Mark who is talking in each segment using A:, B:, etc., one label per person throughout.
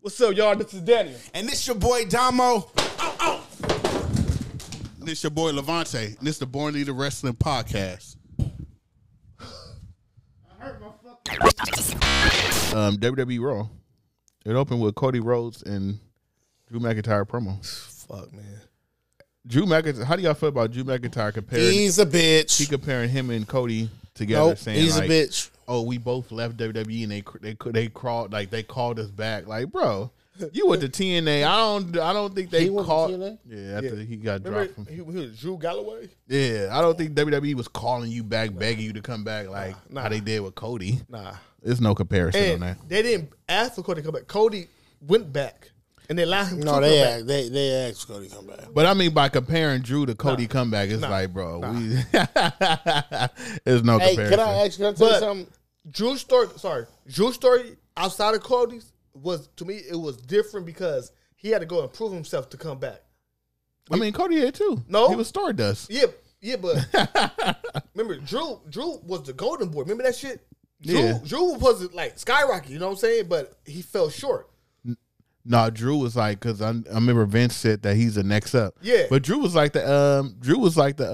A: What's up, y'all? This is Daniel.
B: And this your boy Damo.
C: This your boy Levante. And this the Born Leader Wrestling Podcast. Um, WWE Raw. It opened with Cody Rhodes and Drew McIntyre promo.
B: Fuck man,
C: Drew McIntyre. How do y'all feel about Drew McIntyre compared?
B: he's a
C: he
B: bitch.
C: comparing him and Cody together,
B: Nope,
C: saying
B: he's
C: like,
B: a bitch.
C: "Oh, we both left WWE and they cr- they cou- they crawled like they called us back." Like, bro, you went to TNA. I don't I don't think they
B: He went to
C: called.
B: TNA?
C: Yeah, after he got dropped
A: Remember,
C: from
A: he, he was Drew Galloway.
C: Yeah, I don't think WWE was calling you back, begging you to come back like how they did with Cody.
A: Nah,
C: There's no comparison
A: and
C: on that.
A: they didn't ask for Cody to come back. Cody went back, and they allowed him. to
B: No, Oh, they
A: come back.
B: asked, they they asked Cody to come back.
C: But I mean, by comparing Drew to Cody comeback, it's like, bro, we there's no
B: Hey,
C: comparison.
B: can I ask? Can I tell you
A: But
B: something?
A: Drew's story, sorry, Drew's story outside of Cody's was to me it was different because he had to go and prove himself to come back.
C: I mean, Cody did too.
A: No.
C: he was Stardust.
A: Yeah, yeah, but remember Drew Drew was the golden boy. Remember that shit? Drew
C: Yeah.
A: Drew was like skyrocket, you know what I'm saying? But he fell short.
C: No, Drew was like because I, I remember Vince said that he's the next up.
A: Yeah.
C: but Drew was like the um, Drew was like the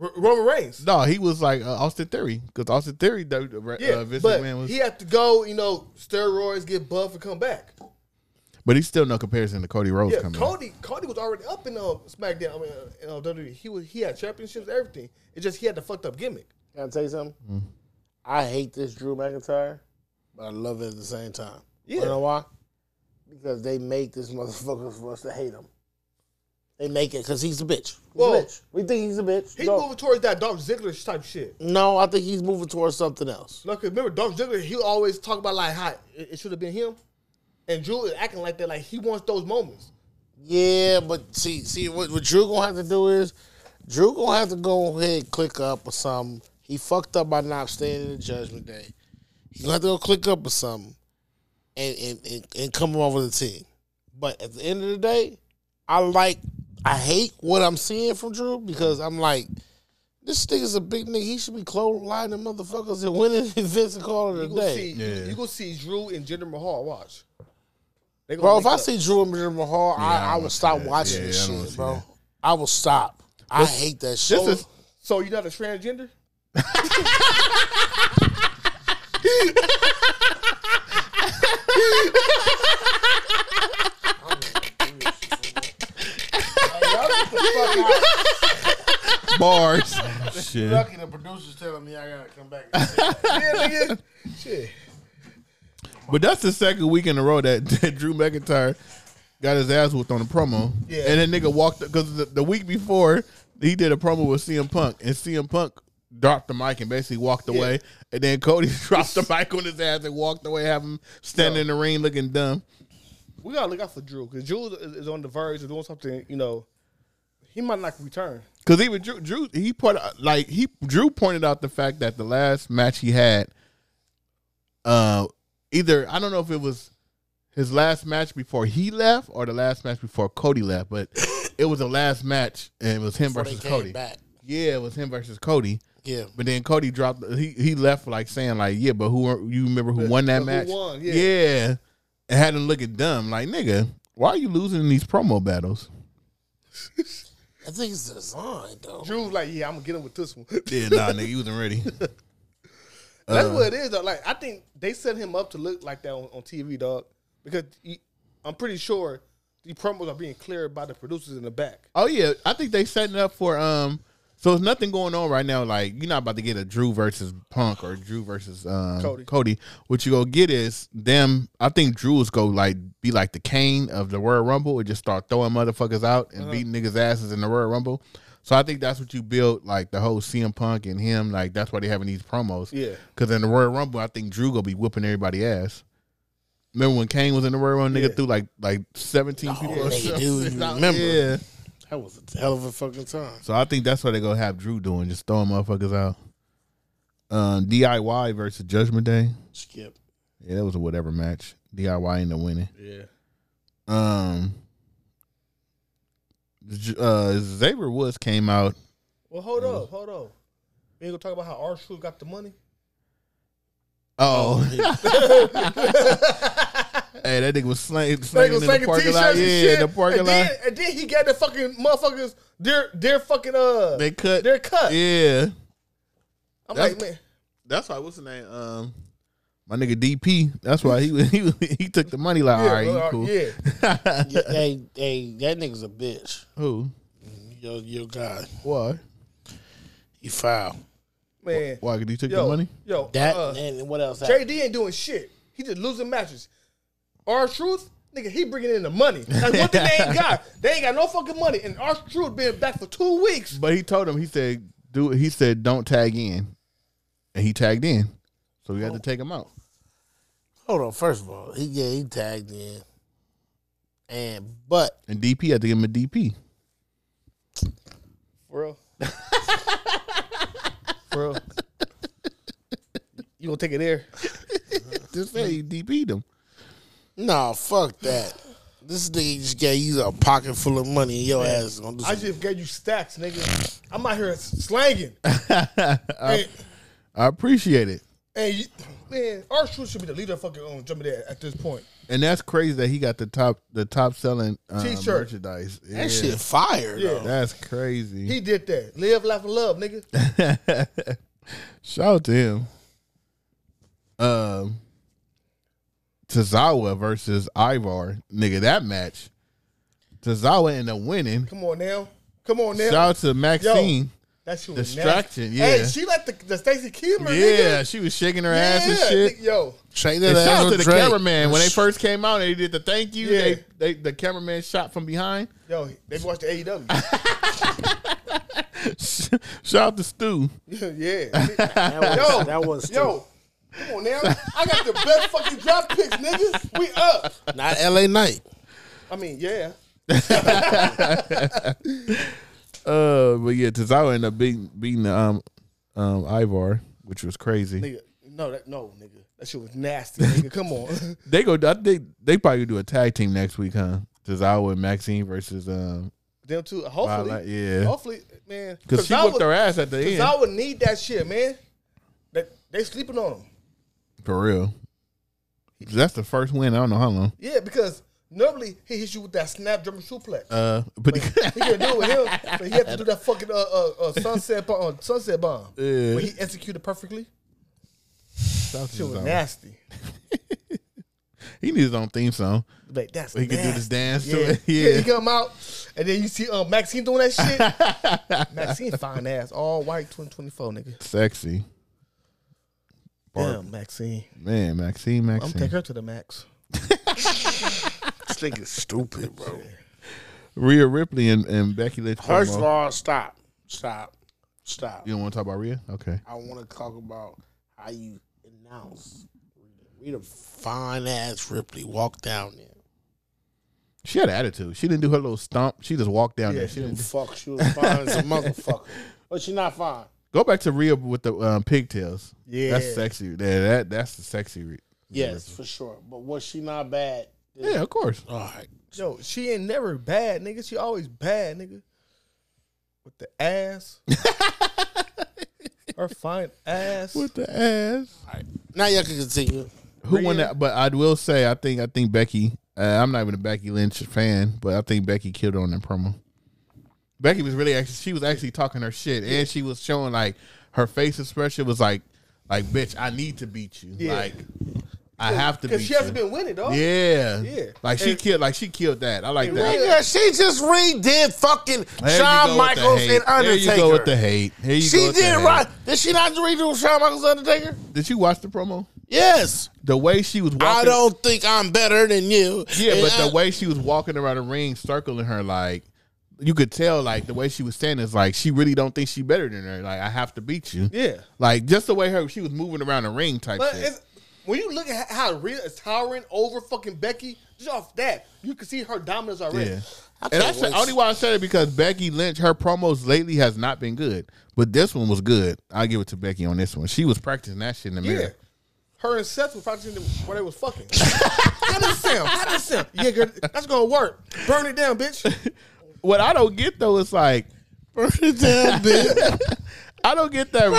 C: uh,
A: R- Roman Reigns.
C: no, he was like uh, Austin Theory because Austin Theory, uh,
A: yeah,
C: Vince
A: but
C: McMahon was,
A: he had to go, you know, steroids, get buff, and come back.
C: but he's still no comparison to Cody Rhodes
A: Yeah,
C: coming. out.
A: Cody Cody was already up in uh, SmackDown. I mean, uh, in, uh, WWE. He was he had championships, everything. It's just he had the fucked up gimmick.
B: Can I tell you something?
C: Mm-hmm.
B: I hate this Drew McIntyre, but I love it at the same time.
A: Yeah.
B: You know why? Because they make this motherfucker for us to hate him. They make it because he's a bitch. He's
A: Well,
B: a bitch. We think he's a bitch.
A: He's
B: no,
A: moving towards that Dolph Ziggler type shit.
B: no, I think he's moving towards something else.
A: Look, remember Dolph Ziggler? He always talk about like how it, it should have been him, and Drew is acting like that. Like he wants those moments.
B: Yeah, but see, see what, what Drew gonna have to do is Drew gonna have to go ahead and click up or something. He fucked up by not standing in Judgment Day. He gonna have to go click up or something, and and and, and come along with the team. But at the end of the day, I like I hate what I'm seeing from Drew because I'm like. This nigga's a big nigga. He should be close lining motherfuckers and winning events and calling it
A: You
B: a
A: gonna
B: day.
A: see,
C: Yeah.
A: you gonna see Drew and Jinder Mahal. Watch, They gonna
B: Bro,
A: link
B: if I
A: up.
B: see Drew and Jinder Mahal,
C: I don't
B: I, I
C: wanna
B: will
C: see
B: stop
C: that.
B: watching
C: Yeah, I
B: this
C: don't wanna
B: shit,
C: see
B: bro.
C: that.
B: I will stop. I hate that shit.
C: This is
A: so you're not a transgender.
C: bars. Shit.
B: the producer's telling me I gotta come back.
A: yeah, nigga. Shit.
C: But that's the second week in a row that, that Drew McIntyre got his ass whooped on a promo.
A: Yeah.
C: And that nigga walked because the, the week before he did a promo with CM Punk and CM Punk dropped the mic and basically walked away. And then Cody dropped the mic on his ass and walked away, have him standing in the ring looking dumb.
A: We gotta look out for Drew because Drew is, is on the verge of doing something. You know, he might not return.
C: Because even Drew, Drew, he put like he Drew pointed out the fact that the last match he had, uh, either I don't know if it was his last match before he left or the last match before Cody left, but it was the last match and it was him
B: Before they
C: versus
B: came
C: Cody.
B: back.
C: Yeah, it was him versus Cody.
B: Yeah.
C: But then Cody dropped. He he left like saying like, yeah, but who you remember who won that
A: who
C: match?
A: won, yeah.
C: yeah, and had him looking dumb. Like nigga, why are you losing in these promo battles?
B: I think it's designed though.
A: Drew's like, yeah, I'm gonna get him with this one.
C: Yeah, nah, nigga, you wasn't ready. Uh.
A: That's what it is. Though. Like I think they set him up to look like that on, on TV, dog. Because he, I'm pretty sure the promos are being cleared by the producers in the back.
C: Oh yeah, I think they setting up for um. So there's nothing going on right now. Like you're not about to get a Drew versus Punk or Drew versus um,
A: Cody.
C: Cody. What you gonna get is them. I think Drew is gonna like be like the Kane of the Royal Rumble and just start throwing motherfuckers out
A: Uh-huh.
C: and beating niggas asses in the Royal Rumble. So I think that's what you built like the whole CM Punk and him. Like that's why they having these promos.
A: Yeah.
C: Because in the Royal Rumble, I think Drew gonna be whooping everybody ass. Remember when Kane was in the Royal Rumble? Nigga
A: Yeah.
C: threw like like 17 people. or
B: nigga,
C: something.
B: dude, you remember.
C: Yeah.
B: That was a hell of a fucking time.
C: So I think that's what they gonna have Drew doing, just throwing motherfuckers out. Um, DIY versus Judgment Day.
B: Skip.
C: Yeah, that was a whatever match. DIY ended up winning.
A: Yeah.
C: Um, J- uh, Xavier Woods came out.
A: Well, hold
C: Mm-hmm.
A: up, hold up. We ain't gonna talk about how R. Truth got the money.
C: Oh, Hey, that nigga was slaying,
A: They
C: slaying
A: was
C: in the
A: slanging
C: parking
A: t-shirts
C: lot.
A: and
C: Yeah,
A: shit.
C: in the parking
A: and
C: lot.
A: Then, and then he got the fucking motherfuckers. Their their fucking uh.
C: They cut.
A: Their cut.
C: Yeah,
A: I'm
C: that's-
A: like man.
C: that's why. What's the name? Um, my nigga DP. That's why he was- he was- he took the money. Like, all right, you
A: well, uh,
C: cool.
A: yeah.
B: Yeah, hey, hey, that nigga's a bitch.
C: Who?
B: Yo, your guy,
C: Why?
B: he foul.
A: man.
C: Why? Did he took
A: Yo,
C: the money?
A: Yo,
B: That
A: uh,
B: and what else? happened?
A: JD ain't doing shit. He just losing matches. R Truth, nigga, he bringing in the money. Like what the they ain't got? They ain't got no fucking money. And R Truth been back for two weeks.
C: But he told him. He said, "Do." He said, "Don't tag in," and he tagged in. So we had to take him out.
B: Hold on. First of all, he yeah he tagged in, and but
C: And DP had to give him a DP.
A: For real. For real. You gonna take it there?
C: Just say he DP'd him.
B: nah, fuck that. This nigga just gave you a pocket full of money. And your ass is gonna do
A: I
B: some-
A: just gave you stacks, nigga. I'm out here slanging. Uh, and,
C: I appreciate it.
A: and you, man, R Truth should be the leader of fucking um, Jump Dead at this point.
C: And that's crazy that he got the top the top selling um,
A: T-shirt.
C: merchandise.
B: that
C: Yeah.
B: shit fire.
A: Yeah.
B: Though.
C: That's crazy.
A: He did that. Live, laugh, and love, nigga.
C: Shout out to him. Um, Tazawa versus Ivar, nigga, that match. Tazawa ended up winning.
A: Come on now. Come on now.
C: Shout out to Maxine.
A: That shit was nasty.
C: Distraction, yeah.
A: Hey, she let the, the Stacy Keebler.
C: yeah,
A: nigga.
C: she was shaking her
A: yeah,
C: ass and shit.
A: nigga, Yo,
B: Shake that
C: And
B: ass
C: shout out
B: on
C: to the
B: Drake.
C: cameraman when they first came out and they did the thank you.
A: Yeah.
C: They, they the cameraman shot from behind.
A: yo, they watched the E AEW.
C: Shout out to Stu.
A: yeah, yeah.
B: That was,
A: Yo,
B: that was
A: yo. Come on now. I got the best fucking drop picks, niggas. We up.
B: not L.A. Knight.
A: I mean, yeah.
C: Uh, but yeah, Tazawa ended up beating beating um um Ivar, which was crazy.
A: Nigga, no, that, no, nigga. That shit was nasty, nigga. Come on.
C: They go. I think they probably do a tag team next week, huh? Tazawa and Maxine versus um.
A: Them two. Hopefully.
C: Violet, yeah.
A: Hopefully, man.
C: Because she
A: I
C: whooped
A: would-
C: her ass at the
A: Cause
C: end.
A: I would need that shit, man. That they sleeping on them.
C: For real. That's the first win. I don't know how long.
A: Yeah, because normally he hits you with that snap German suplex.
C: Uh, but
A: He can do it with him, but he had to do that fucking uh, uh, uh, sunset bomb. Uh, sunset bomb.
C: Yeah.
A: Where he executed perfectly.
C: Shout out to
A: It was
C: Tazawa.
A: nasty.
C: he needs his own theme song.
A: Like that's
C: He can do
A: nasty.
C: this dance
A: Yeah.
C: to it.
A: yeah. he
C: Yeah.
A: come out, and then you see um, Maxine doing that shit. Maxine fine ass, all white, twenty twenty four nigga.
C: Sexy.
A: Damn, Maxine.
C: Man, Maxine,
A: I'm
C: Maxine.
A: take her to the max.
B: This nigga's stupid, bro.
C: Rhea Ripley and, and Becky Lynch.
B: First
C: promo.
B: of all, stop, stop, stop.
C: you don't want to talk about Rhea? Okay.
B: I want to talk about how you announce Rita fine ass Ripley walk down there.
C: She had attitude. She didn't do her little stomp. She just walked down
A: Yeah,
C: there.
A: she
C: She didn't
B: Fuck, she was fine as a motherfucker, but she not fine.
C: go back to Rhea with the um, pigtails.
A: Yeah.
C: that's sexy. That, that that's the sexy. Re-
B: Yes, for sure. But was she not bad?
C: yeah, of course.
B: All right.
A: Yo, she ain't never bad, nigga. She always bad, nigga. With the ass. her fine ass.
C: With the ass.
B: All right. Now y'all can continue.
C: Who won that? But I will say, I think I think Becky. Uh, I'm not even a Becky Lynch fan, but I think Becky killed her on that promo. Becky was really actually she was actually talking her shit, and she was showing like her face expression was like, like bitch, I need to beat you,
A: Yeah.
C: like I have to beat
A: Because she
C: you.
A: hasn't been winning, dog.
C: Yeah.
A: Yeah.
C: Like she
A: And-
C: killed like she killed that. I like that.
B: Nigga, she just redid fucking
C: There you go
B: Shawn
C: with
B: Michaels
C: the hate.
B: and Undertaker.
C: There you go with the hate. Here you go
B: she
C: with the
B: did
C: hate.
B: right. Did she not redo Shawn Michaels and Undertaker?
C: Did you watch the promo?
B: Yes.
C: The way she was walking
B: I don't think I'm better than you.
C: Yeah,
B: And
C: but
B: I-
C: the way she was walking around the ring circling her like you could tell like the way she was standing is like she really don't think she better than her. Like I have to beat you.
A: Yeah.
C: Like just the way her she was moving around the ring type
A: But
C: shit.
A: it's, when you look at how Rhea is towering over fucking Becky, just off that, you can see her dominance already.
C: Yeah.
B: I
C: And
B: can't
C: I said,
B: wait.
C: only why I said it because Becky Lynch, her promos lately has not been good, but this one was good. I give it to Becky on this one. She was practicing that shit in the
A: Yeah.
C: mirror.
A: Her and Seth were practicing where they was fucking. Cut us down. Cut us down. Yeah, girl, that's gonna work. Burn it down, bitch.
C: What I don't get though is like
B: Burn it down, bitch.
C: I don't get that.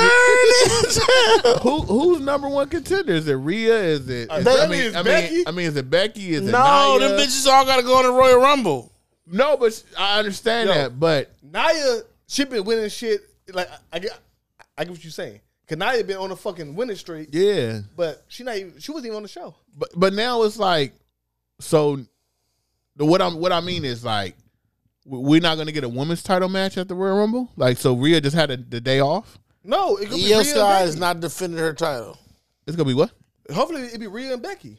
C: Who who's number one contender? Is it Rhea? Is it? Is, I
A: Becky
C: mean,
A: Uh, is
C: I mean,
A: Becky?
C: I mean, is it Becky? Is it
B: no,
C: Nia?
B: them bitches all gotta go in the Royal Rumble.
C: No, but I understand
A: Yo.
C: that. But
A: Naya, she been winning shit. Like I, I get, I get what you're saying. Cause Naya been on a fucking winning streak,
C: yeah,
A: but she not even, she wasn't even on the show.
C: but but now it's like so. the- What I'm what I mean is like w- we're not gonna get a women's title match at the Royal Rumble. Like so, Rhea just had a, the day off.
A: No, it could be
B: Io
A: Rhea
B: Sky
A: and
B: is not defending her title.
C: It's gonna be what?
A: Becky. Hopefully, it be Rhea and Becky.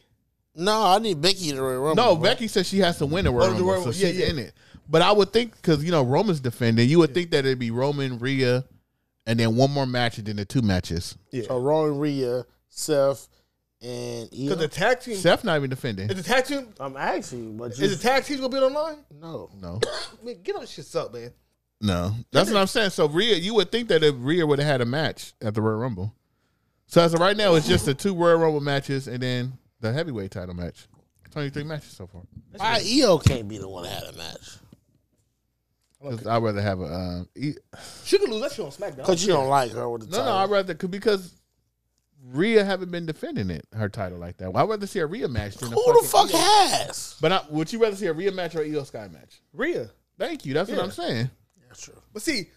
B: No, I need Becky in the Royal Rumble.
C: No,
B: bro.
C: Becky said she has to win the Royal
A: Oh, the
C: Rumble,
A: Royal-
C: so
A: yeah,
C: she's
A: yeah.
C: in it. But I would think because you know Roman's defending, you would think that it'd be Roman, Rhea, and then one more match, and then the two matches.
A: Yeah,
B: So Roman, Rhea, Seth, and E Io.
A: because the tag team
C: Seth not even defending.
A: is the tag team
B: I'm asking, but you
A: is the tag team gonna be online?
B: no.
C: No,
A: Man, get those shits up, man.
C: no, that's what I'm saying. So Rhea, you would think that if Rhea would have had a match at the Royal Rumble. So as of right now, it's just the two Royal Rumble matches, and then the heavyweight title match. Twenty three matches so far.
B: Why Io can't be the one that had a match?
C: 'Cause I'd rather have a. Um, e-
A: She could lose that shit on SmackDown.
B: Because you don't like her with the
C: no,
B: title.
C: no, I'd rather c- because Rhea haven't been defending it her title like that. I'd rather see a Rhea match than a
B: Who the
C: fucking-
B: fuck has?
C: But I, would you rather see a Rhea match or an Io Sky match?
A: Rhea,
C: Thank you. That's
A: Yeah.
C: what I'm saying.
B: That's true.
A: but see,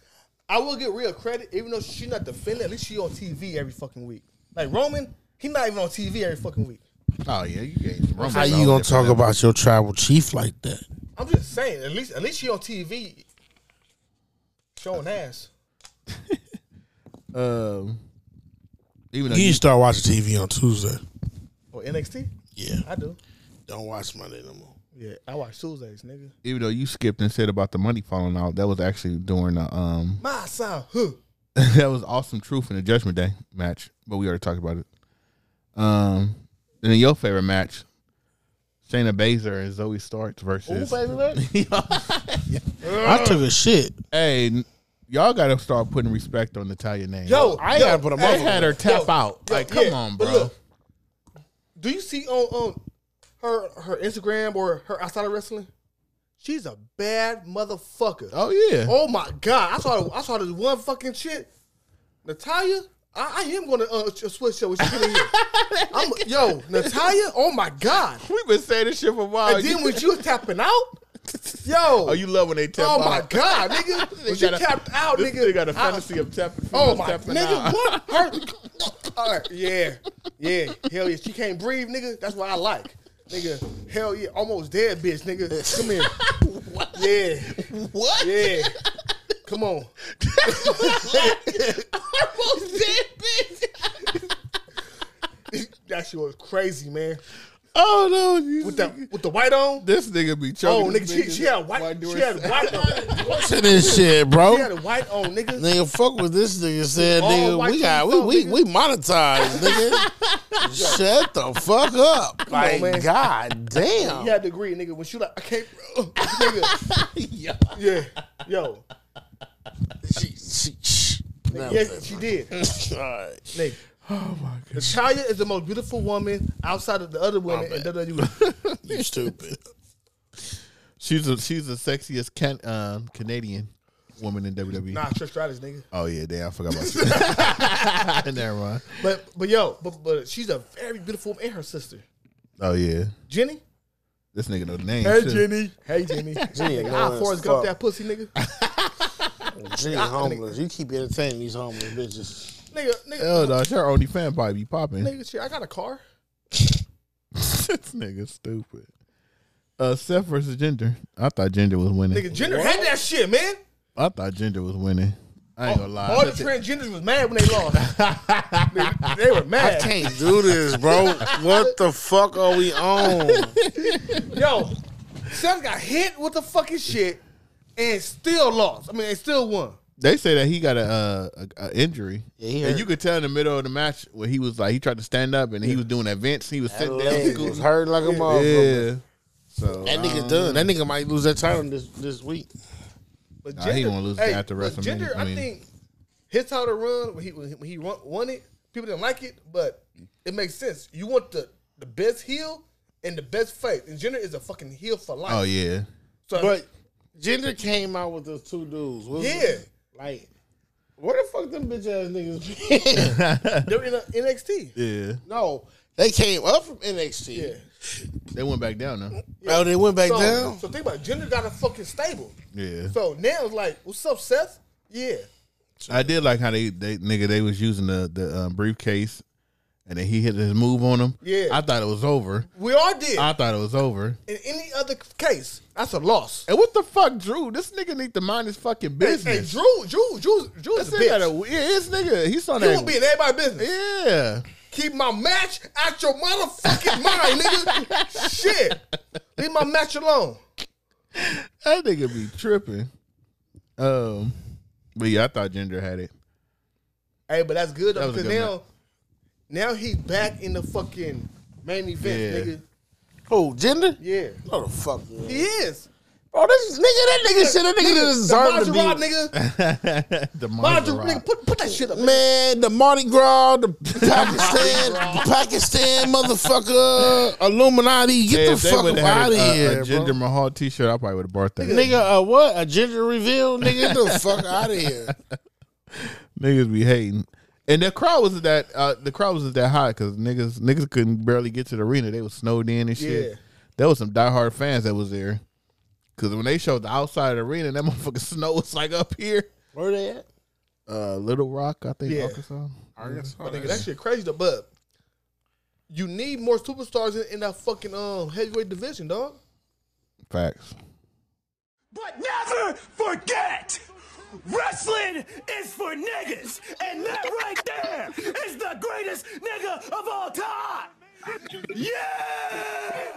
A: I will get Rhea credit, even though she's not defending. At least she on TV every fucking week. Like Roman, he not even on TV every fucking week.
C: Oh yeah, you gave Roman.
B: How you gonna talk about your tribal chief like that?
A: I'm just saying, at least at least she on TV showing ass.
C: Um, even though
B: You need
C: you,
B: to start watching TV on Tuesday.
A: Or NXT?
B: Yeah,
A: I do.
B: don't watch Monday no more.
A: Yeah, I watch Tuesdays, nigga.
C: even though you skipped and said about the money falling out, that was actually during the um,
A: My son, huh?
C: that was awesome truth in the Judgment Day match, but we already talked about it. Um, and then your favorite match, Shayna Baszler and Zoe Starks versus.
B: I took a shit.
C: hey, n- y'all got to start putting respect on Natalia name.
A: Yo,
B: I ain't
A: yo,
B: gotta put a
C: I
B: mother.
C: had her tap
A: yo,
C: out.
A: yo,
C: like, come
A: yeah,
C: on,
A: but
C: bro.
A: look, do you see on um her her Instagram or her outside of wrestling? She's a bad motherfucker.
C: Oh yeah.
A: Oh my god! I saw I saw this one fucking shit. Natalia, I, I am gonna uh, ch- switch show. when she get in here. I'm, yo, Natalia, oh my god!
C: We've been saying this shit for a while.
A: And then
C: You-
A: when you was tapping out, yo,
C: oh, you love when they tap
A: oh
C: out.
A: my god, nigga, when she
C: got a-
A: tapped out,
C: This
A: nigga,
C: nigga got a
A: I-
C: fantasy of tapping.
A: oh
C: females
A: my
C: tapping
A: nigga,
C: out.
A: what? Her, all right, yeah, yeah, hell yeah, she can't breathe, nigga. That's what I like, nigga. Hell yeah, almost dead, bitch, nigga. Come here, yeah.
B: What?
A: Yeah. Come on.
B: Almost dead, bitch.
A: That shit was crazy, man.
C: Oh no, you-
A: With the with the white on.
C: this nigga be choking.
A: Oh, nigga, she, she had white. She had white on.
B: What's in this shit,
A: She had
B: bro?
A: a white on, nigga.
B: Nigga, fuck with this nigga said,
A: All
B: nigga.
A: white
B: We got we
A: people,
B: we,
A: nigga.
B: we monetized, nigga. Shut the fuck up. Like
A: man.
B: god damn.
A: You had to agree, nigga. When she like, I can't, nigga.
B: Yeah.
A: Yeah, yo,
B: She, she, she.
A: yes, she did,
B: Alright.
A: nigga. Natalia is the most beautiful woman outside of the other women in E. WWE.
B: You stupid.
C: She's a, she's the sexiest can, um, Canadian woman in WWE.
A: nah, Trish Stratus, nigga.
C: Oh yeah, damn, I forgot about you. Never mind.
A: But but yo, but but she's a very beautiful woman and her sister,
C: Oh yeah,
A: Jenny.
C: this nigga know the name. too.
A: Hey Jenny.
B: Jenny
A: Nigga,
B: annoying
A: I
B: as
A: Forrest Gump
B: fuck.
A: that pussy, nigga.
B: Gee, homeless. You keep entertaining these homeless bitches.
A: nigga, nigga.
C: Hell no, her only fan probably be popping.
A: Nigga, shit, I got a car.
C: this nigga stupid. Uh, Seth versus Ginger. I thought Ginger was winning.
A: Nigga, gender had that shit, man.
C: I thought Ginger was winning. I ain't gonna lie.
A: Oh, All the transgenders was mad when they lost. Nigga, they were
B: I
A: mad.
B: can't do this, bro. What the fuck are we on?
A: Yo, Seth got hit with the fucking shit and still lost. I mean, they still won.
C: They say that he got a, uh, a, a injury,
B: Yeah, he
C: and
B: hurt.
C: you could tell in the middle of the match where he was like he tried to stand up and he was doing events. He was sitting down.
B: Leg was hurt like a motherfucker.
C: Yeah. So
B: That nigga
C: um,
B: done. That nigga might lose that title this this week.
A: But
C: Nah, he gonna lose that after
A: but
C: WrestleMania.
A: Gender,
C: I
A: I,
C: mean-
A: think his title run when he when he- when he run, won it, people didn't like it, but it makes sense. You want the the best heel and the best face, and Gender is a fucking heel for life.
C: Oh yeah.
A: so,
B: But Gender came out with those two dudes. What was
A: yeah,
B: it? like Where the fuck them bitch ass niggas? been?
A: They're in a NXT.
C: yeah,
B: no, they came up from NXT.
A: Yeah.
C: they went back down now.
B: Oh, they went back
A: So,
B: down.
A: so think about it. Jinder got a fucking stable.
C: Yeah,
A: So now it's like, what's up, Seth? Yeah.
C: I did like how they, they nigga they was using the the um, briefcase, and then he hit his move on him.
A: Yeah.
C: I thought it was over.
A: We all did.
C: I thought it was over.
A: in any other case, that's a loss.
C: And what the fuck, Drew? This nigga need to mind his fucking business.
A: Hey, Drew, Drew, Drew, Drew
C: This
A: is a
C: nigga,
A: bitch.
C: got a- yeah, this nigga, he's on
A: You
C: that.
A: won't be in everybody's business.
C: yeah,
A: Keep my match out your motherfucking mind, nigga. Shit. Leave my match alone.
C: that nigga be tripping. Um, but yeah, I thought Ginger had it.
A: Hey, but that's good
C: That was a
A: because
C: good
A: now, now he back in the fucking main event,
C: Yeah.
A: nigga.
B: Who? Gender?
A: Yeah,
B: No, the fuck. man.
A: he is.
B: Oh, this nigga, that nigga shit, that nigga
A: the
B: doesn't deserve to be.
A: Maserati, nigga.
C: the
A: Maserati,
C: Maserati.
A: nigga, put, put that shit up.
B: Man, the Mardi Gras, the Pakistan, Pakistan motherfucker, Illuminati, get the
C: if they
B: fuck
C: would've
B: up
C: had
B: out of
C: a- a,
B: here,
C: a
B: bro.
C: Ginger Mahal T-shirt, I probably would have bought that.
B: Nigga, uh, what? A ginger reveal? Nigga, get the fuck out of here.
C: Niggas be hating, and the crowd wasn't that. Uh, the crowd wasn't that hot because niggas niggas couldn't barely get to the arena. They was snowed in and shit.
A: Yeah.
C: There was some diehard fans that was there because when they showed the outside of the arena, that motherfucking snow was like up here.
B: Where they at?
C: Uh, Little Rock, I think
A: Yeah.
C: Arkansas.
B: Arkansas.
A: Nigga, that shit crazy, though, but you need more superstars in, in that fucking um, heavyweight division, dog.
C: Facts.
D: But never forget, wrestling is for niggas, and that right there is the greatest nigga of all time. Yeah!